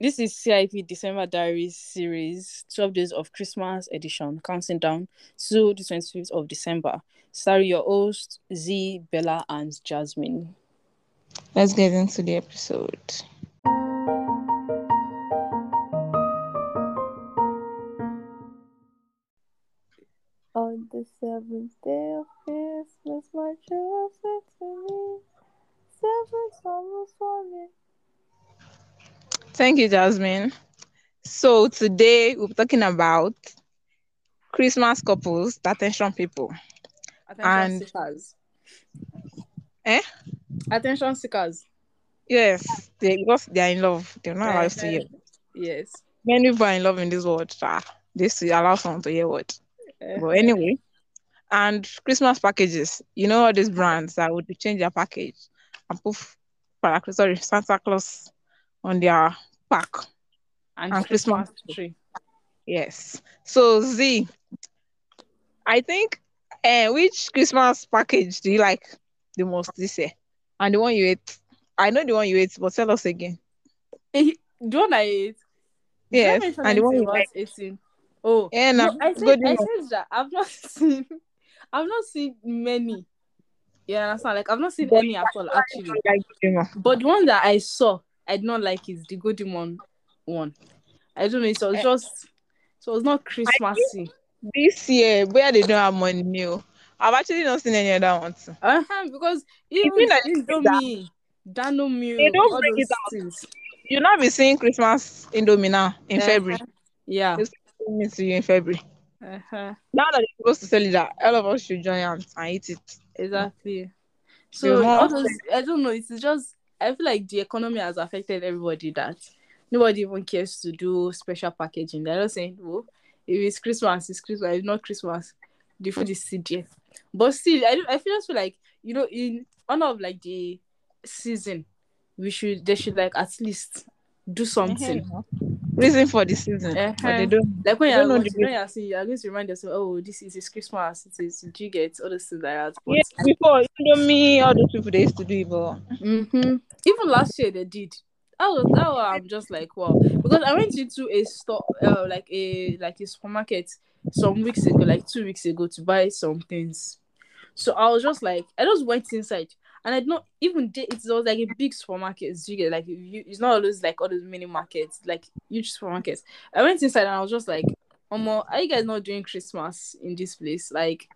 This is CIP December Diaries series, 12 days of Christmas edition, counting down to the 25th of December. Starring your host, Z, Bella, and Jasmine. Let's get into the episode. On the seventh day of Christmas, my child said to me, Seven summers for me. Thank you, Jasmine. So today we're talking about Christmas couples, the attention people. Attention And- seekers. Eh? Attention seekers. Yes, they because they are in love. They're not allowed to hear. Eh, Yes. Many people are in love in this world. Ah, they still allow someone to hear what. Eh. But anyway, and Christmas packages. You know all these brands that would change their package and put Parac- sorry, Santa Claus on their pack. And, and Christmas Christmas tree. Yes. So Z, I think uh, which Christmas package do you like the most this year? And the one you ate. I know the one you ate, but tell us again. Eh, the one I ate. Did I Yes, mention and the one anything you about like. 18? Oh, Yeah, no, now, I good said, I enough. said that I've not seen, I've not seen many. Yeah, understand? Like I've not seen But any at all, actually. You like the one. But the one that I saw, I did not like is the Godimon one. I don't know. It was Eh. just, it was not Christmassy. This year, where they don't have money new. I've actually not seen any other ones. Uh-huh, because mean even like Indomie, Dano Meal, They don't all bring those it out things. You'll not be seeing Christmas Indomie now in Uh-huh. February. Yeah. It's coming to you in February. Uh-huh. Now that it's supposed to sell it, that all of us should join hands and eat it. Exactly. So more all those, I don't know. It's just I feel like the economy has affected everybody. That nobody even cares to do special packaging. They're just saying, "Oh, if it's Christmas, it's Christmas. If it's not Christmas, the food is CJ." But still, I don't- I feel just feel like you know, in honor of like the season, we should they should like at least do something. Reason for the season, but Uh-huh. they don't. Like when I don't you're know the watching, when you're seeing, you're going to remind yourself, "Oh, this is it's Christmas. It is you get all those things like that." But Yes, before you know me, all those people they used to do it, but Mm-hmm. Even last year they did. I was, I was, I'm just like wow because I went into a store, uh, like a like a supermarket some weeks ago, like two weeks ago, to buy some things. So I was just like, I just went inside, and I did not even did. It was like a big supermarket, you get like you, it's not all those like all those mini markets, like huge supermarkets. I went inside and I was just like, Omo, are you guys not doing Christmas in this place? Like,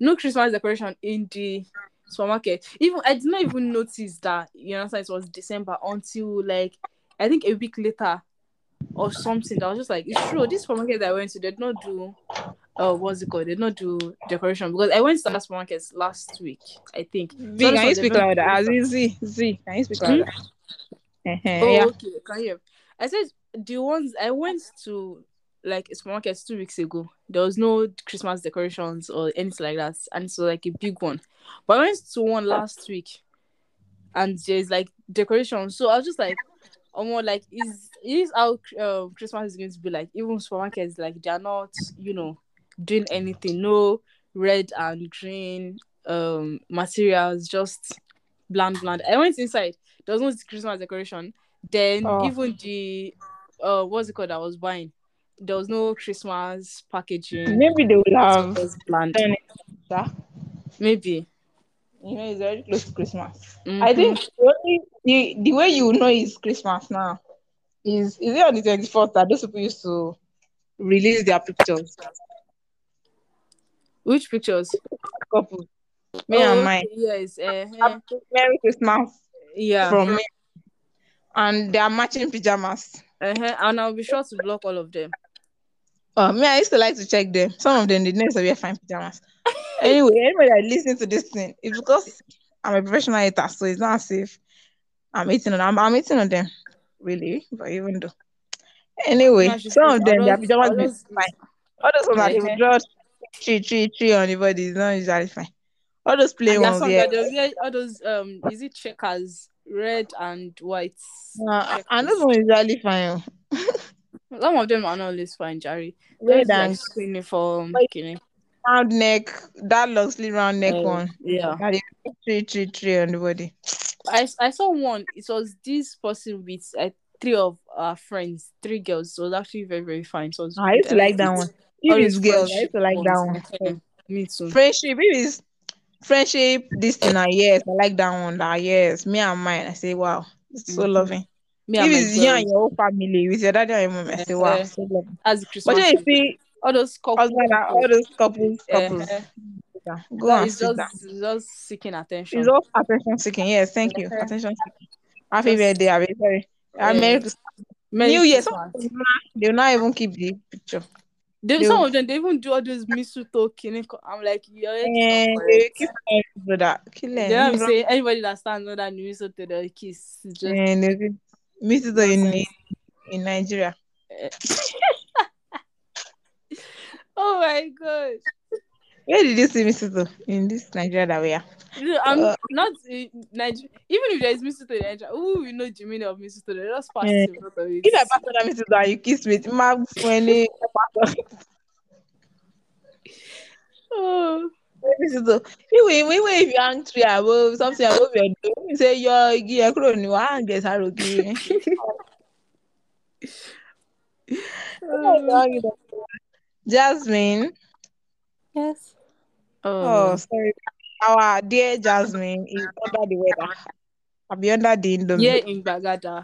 no Christmas decoration in the supermarket. Even I did not even notice that you know it was December until like I think a week later or something. I was just like, it's true. This supermarket that I went to they did not do uh what's it called? They did not do decoration because I went to that supermarket last week, I think. V, this one, can you they speak don't louder? do As in Z, Z, can you speak Hmm? louder? Eh, eh, Oh, yeah. okay. Can you? hear? I said the ones I went to like a supermarket two weeks ago. There was no Christmas decorations or anything like that, and so like a big one. But I went to one last week, and there's like decorations. So I was just like, oh more like is is how uh, Christmas is going to be like? Even supermarkets like they're not you know doing anything. No red and green um materials, just bland bland. I went inside. There was no Christmas decoration then Oh. even the uh what's it called I was buying there was no Christmas packaging Maybe they will so it have. was bland done it, sha. maybe You know, it's very close to Christmas. I Mhm. think the, only, the, the way you know it's Christmas now is is it on the twenty fourth that those people used to release their pictures, which pictures Oh, couple, me and mine. okay, yes uh, Merry Christmas yeah from me, and they are matching pajamas. uh-huh. and I'll be sure to block all of them Oh, me, I used to like to check them. Some of them didn't wear fine pajamas. anyway, anybody that listens to this thing, it's because I'm a professional eater, so it's not as if I'm eating on I'm, I'm eating on them, really. But even though, anyway, No, she's- some of them I'll their just- pajamas I'll be just- fine. All those ones that Eh-heh. they draw three, three, three on the body is not usually fine. All those plain and there are ones, some yeah. that they'll wear all those um is it checkers red and white Uh, checkers. and those ones usually fine. some of them are not always fine Jerry Red those like and school uniform Like- kinda. round neck, that long sleeve round neck Uh, one. yeah That is three, three, three on the body. I, I saw one. It was this person with I three of our friends, three girls. So it was actually very, very fine. So it was I used to good. like that one. If All it's these girls, I friendship used to like that one. ones. Yeah, Me too. Friendship, if it's friendship, this thing, ah, yes, I like that one. Ah, yes, me and mine. I say, wow, it's so Mhm. loving. Me if and it's my you and girls. your whole family, with your daddy and your mom, I say, wow, Yeah. so loving. As But Christmas. then you time. see, all those couples. husband and all those couples, eh, couples, eh, yeah, go that and is sit down. just, just seeking attention. It's all attention seeking. Yes, thank you. Yeah. Attention seeking. Happy Just- birthday, Abby. Sorry. Ah, Yeah. Merry Christmas. Merry New Year. Some Eh, Christmas. of them will not- they will not even keep the picture. They, They- some of them they even do all those mistletoe killing. co- I'm like, you're Eh, here they to will stop for it. keep it, brother. Kill They them. don't Miss- say anybody that stands under the mistletoe they'll kiss. It's Just eh, they will- Miss it in, nonsense. in Nigeria. Oh my god. Where did you see Miss it in this Nigeria that we are? You know, I'm Uh, not uh, Niger- even if there is mistletoe in Nigeria, who will know the meaning of mistletoe? They just pass Yeah. in front of it. Eh. If I pass on Miss it and you kiss me, my friend, Oh. This is the ìwé ìwé ìfi àǹtí àbò something àbò bẹ̀rẹ̀ ó ń ṣe yọ igi yẹn kúrò ní wàá ń gẹ̀ẹ́sà rògiri. Oh. Jasmine, Yes. oh Oh. sorry, our dear Jasmine is under the weather. I be under the indomie. Yeah, in Bagada.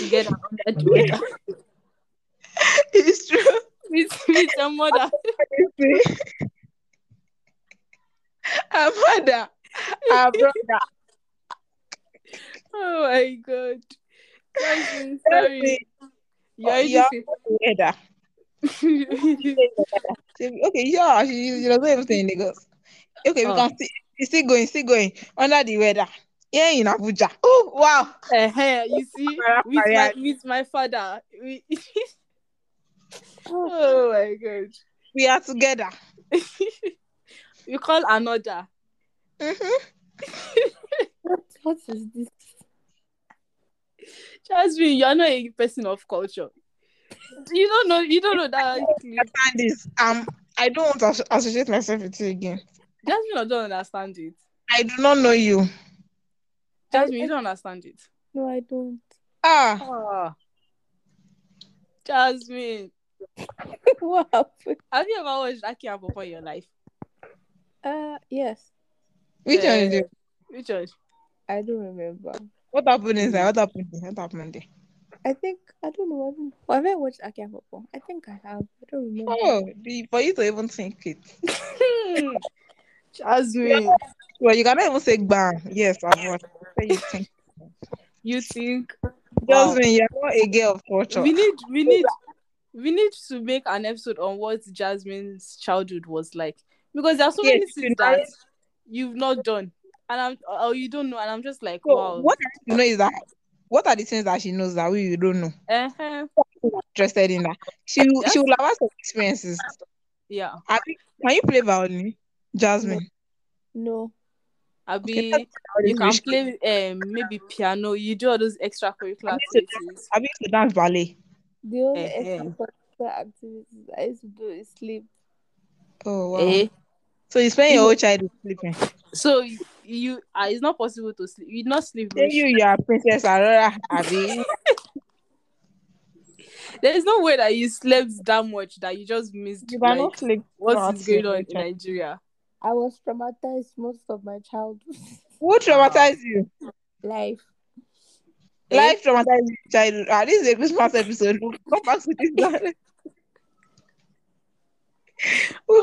Together under the weather. It's true. with, with your mother. Her mother, her brother. Oh my god. Jasmine, Jasmine, sorry. You're you're easy. under the weather. Okay, yeah, she, she doesn't even stay in Lagos. Okay, we Oh. can see. It's still going, still going under the weather. Yeah, in Abuja. Oh, wow. Eh, you see, with my with my father. We... oh Oh, my god. We are together. You call another. Mhm. Mm-hmm. what, what is this? Jasmine, you're not a person of culture. You don't know you don't know that clip. Understand this. Um, I don't want to as- associate myself with you again. Jasmine don't understand it. I do not know you. Jasmine, you don't understand it. No, I don't. Ah, Ah. Jasmine. what happened? Have you ever watched Aki and Popo in your life? Uh, yes. which one is Eh, it? Which one? I don't remember. What happened inside? What happened there? What happened there? I think I don't know. I don't know. Have I watched Akia Popo? I think I have. I don't remember. Oh, the, for you to even think it. Hmm. Jasmine, Well, you cannot even say bam. Yes, I've watched. What you think? you think Wow. Just me, you're not a girl of culture. we need we need we need to make an episode on what Jasmine's childhood was like because there are so Yes, many you things know. that you've not done and I'm or you don't know and I'm just like So wow what I want to know is that what are the things that she knows that we don't know? uh-huh. Interested in that? She will- Yes. she will have had some experiences. yeah Have you, can you play violin, Jasmine? No. Abi Okay, that's you violin can wish. play um maybe piano you do all those extracurricular I used to activities I used to dance ballet. The only uh-huh. extracurricular activities I used to do is sleep. Oh wow! eh So you spend your whole childhood sleeping. so you, you ah, it's not possible to sleep you not sleep Then much. you, you are Princess Aurora, Abby. there is no way that you slept that much that you just missed You like cannot sleep what is throughout your going on whole in childhood. Nigeria. I was traumatized most of my childhood Who traumatized you? life. Eh? Life traumatized you, childhood. Ah, this is a Christmas episode. We'll come back to this. one. We'll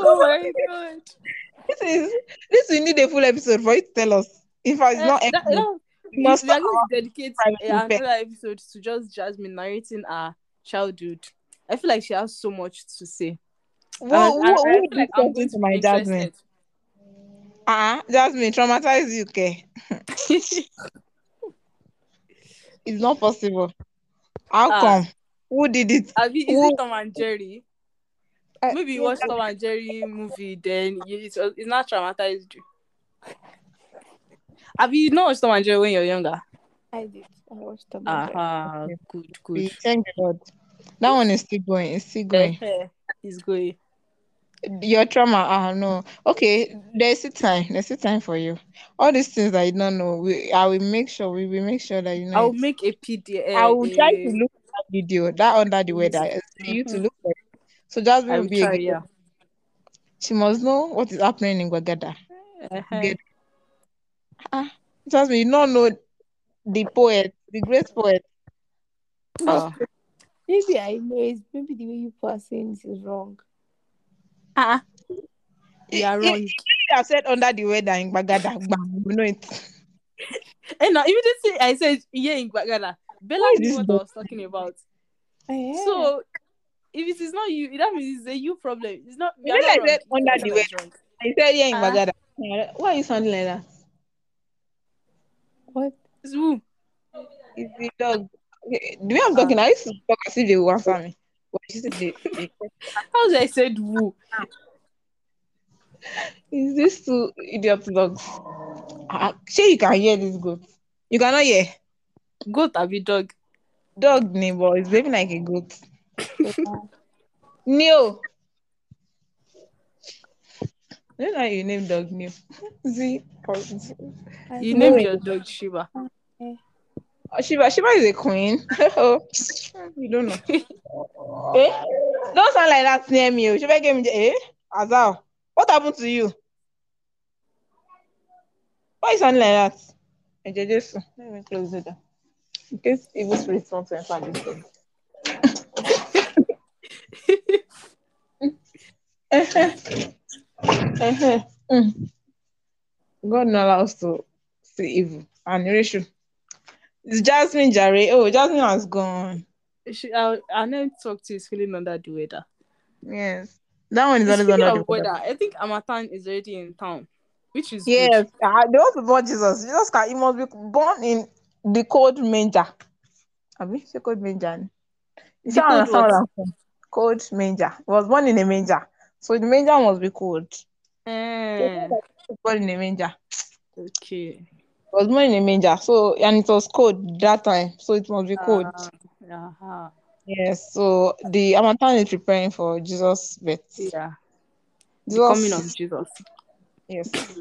Oh come back my god. This is this we need a full episode for you to tell us. In fact, it's Eh, not that, ending. that- We must we are stop going our to dedicate private eh, affair. another episode to just Jasmine narrating her childhood. I feel like she has so much to say. What and I, what I would feel you like I'm going into to be my Jasmine? interested. Ah, uh-uh, Jasmine, traumatize you, okay? It's not possible. How Ah. come? Who did it? Abi, is Who it Tom and Jerry? I, Maybe you watch Tom and Jerry movie, then you, it's, it's not traumatized you. Have you not watched Tom and Jerry when you're younger? I did. I watched them. Ah, uh-huh. good, we good. thank God. That one is still going. It's still going. Eh, eh, It's going. Your trauma, ah no. Okay, Mm-hmm. there's a time. There's a time for you. All these things that you don't know, we, I will make sure. We will make sure that you know. I'll it. make a PDF. I will try to look at that video that under the weather for you to Mhm. look for. it. So Jasmine I will will be. a try, good- yeah. She must know what is happening in Gwagada. Uh-huh. Ah, Jasmine, you don't know the poet, the great poet. Oh. Maybe I know it. Maybe the way you people are saying it is wrong. Uh-uh. You I- are I- wrong. I have said under the weather in Bagada. You know it. And now, even this I said, yeah, in Bagada. Bella is knew this what I book? was talking about. Eh, So, if it is not you, that means it's a you problem. It's not. You are know, not like that wrong. under the That's wrong. I said yeah in Ah. Bagada. Why are you sounding like that? what? It's who? It's the dog. Okay, The way I'm talking, I used to talk as if they will answer me. But she said, they- they- How did I said who? Is this two idiot dogs? Ah, Sure, you can hear this goat. You cannot hear. Goat abi dog. Dog neighbor is behaving like a goat. Neo. I don't know how you name dog Neo. Z. I You don't name know. your dog Shiba. Oh, Shiva, Shiva is a queen. Oh, you don't know. eh? Don't sound like that near me. oh. Shiva gave me the eh? Azal, what happened to you? Why you sound like that? Eh, Jeje, so, Let me close it down. In case evil spirits want to enter this room. Eh-heh. Eh-heh. Mm. God not allow us to see evil and erasure. It's Jasmine Jare. Oh, Jasmine has gone. She, I, I never talk to is feeling under the weather. Yes. That one is always Speaking under of the weather. weather, I think Amatan is already in town, which is good. Yes, uh, they want to born Jesus. Jesus can he must be born in the cold manger. Abi, say cold manger. ni? The You see, I cold understand what? what I'm saying. Cold manger. He was born in a manger, so the manger must be cold. Eh, He was born in a manger. okay. He was born in a manger, so and it was cold that time, so it must be cold. Uh, uh yes, so the Amatan is preparing for Jesus' birth. Yeah. The Jesus, coming of Jesus. yes,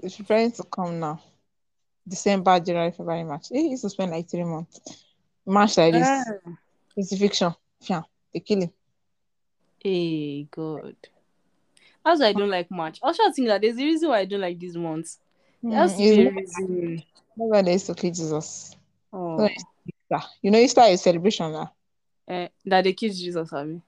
it's preparing to come now. December, January, February, March. He used to spend like three months. March like this. Eh, crucifixion. Yeah, they kill him. Hey, God. That's why I don't like much. I also think that there's a reason why I don't like these months. There has to Mm, It's be a not reason. why they used to kill Jesus. Oh, Yeah. You know, Easter is celebration now. eh, that they killed Jesus, I mean.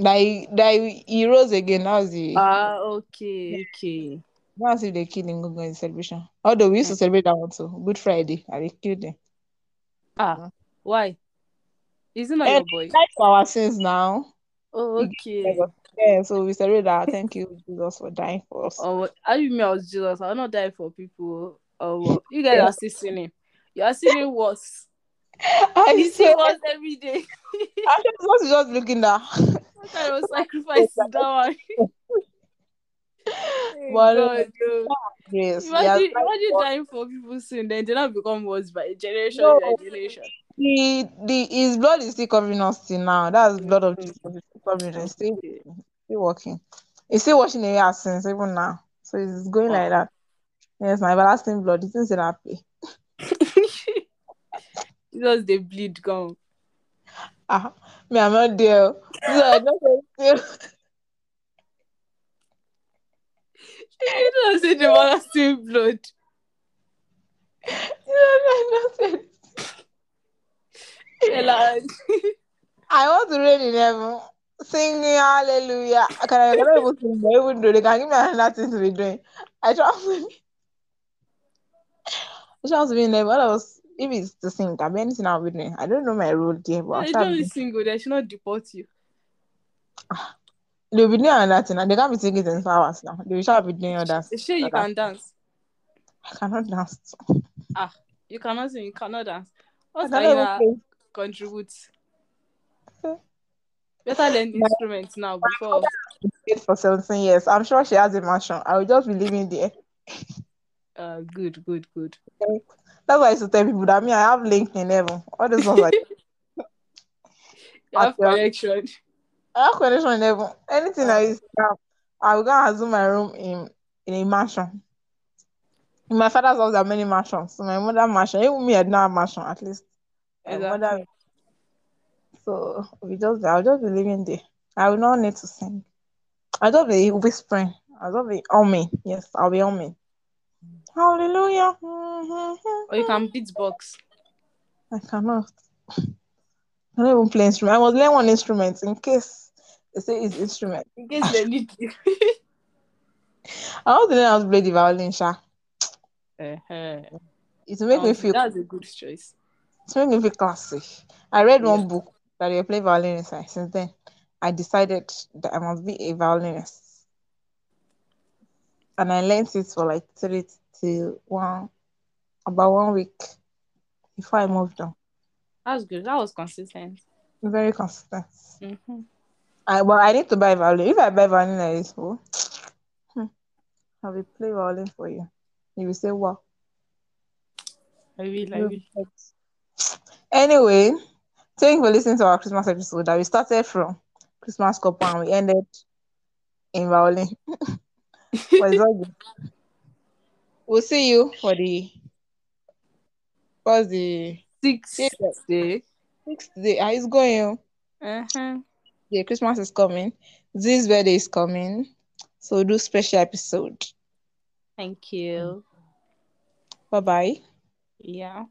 That he, that he he rose again. That was the Ah, okay, okay. that's if they kill him go in celebration. Although we used to celebrate that one too. Good Friday. And they killed him. Ah, why? Isn't that Eh, your boy? That's for our sins now. Oh, okay. Yeah, so we celebrate that. Thank you, Jesus, for dying for us. Oh, I mean, I was Jesus. I'll not die for people. Oh, well. you guys are still sinning. You are sinning worse. I You see said, worse every day. I said, Jesus is just looking down. What kind of sacrifice is that one? Hey, Well, Oh God, no. Yes. he has Imagine, died imagine for us. dying for people soon, then they not become worse by generation No. by generation. the the his blood is still covering us till now. That's blood of Mhm. Jesus is still covering us. Still, Okay. still working. It's still washing away our sins even now. So it's going like that. Yes, my everlasting blood. It's in happy. Jesus, they bleed gone. Ah, me, I'm not there. So I just You don't say the mother still blood. Ella, I want to reign in heaven, singing hallelujah. I can I cannot even sing, but even though they can give me another thing to be doing. I try to be, I try to be in heaven. What else? If it's to sing, can be anything I'll be doing. I don't know my role there, but I'll they try to don't be. be single. They should not deport you. They'll be doing another thing. and They can't be singing in hours now. They shall be doing others. They sure you others. can dance. I cannot dance. You cannot sing. You cannot dance. I What can cannot you even not play. contribute? Better learn instruments now before. Been for 17 years. I'm sure she has a mansion. I will just be living there. Uh, good, good, good. That's why I used to tell people that me, I have LinkedIn heaven. All those ones like You have Actually. connection. I have connection level. Anything I use, now, I will go and assume my room in, in a mansion. In my father's house, there are many mansions. So my mother mansion, even me, I didn't have mansion at least. My Exactly. mother- So we just, I'll just be living there. I will not need to sing. I'll just be whispering. I'll just be on me. Yes, I'll be on me. Hallelujah. Mm-hmm. Or you can beatbox. I cannot. I don't even play instrument. I must learn one instrument in case they say it's instrument. In case they need you. I want to learn how to play the violin, sha. Uh-huh. It will make me feel That's a good choice. it will make me feel classy. I read Yeah. one book that they play violin inside. Since then, I decided that I must be a violinist, and I learned it for like three to one about one week before I moved on. That's good. That was consistent. Very consistent. Mm-hmm. I well, I need to buy violin. If I buy violin at this school, I will play violin for you. You will say wow. I will, I You'll will. be like, Anyway, thank you for listening to our Christmas episode that we started from Christmas couple and we ended in violin. But it's all good. We'll see you for the what's the Six Yeah. day. sixth day. Ah, It's going. oh. Uh-huh. Yeah, Christmas is coming. This birthday is coming. So we'll do special episode. Thank you. Bye bye. Yeah.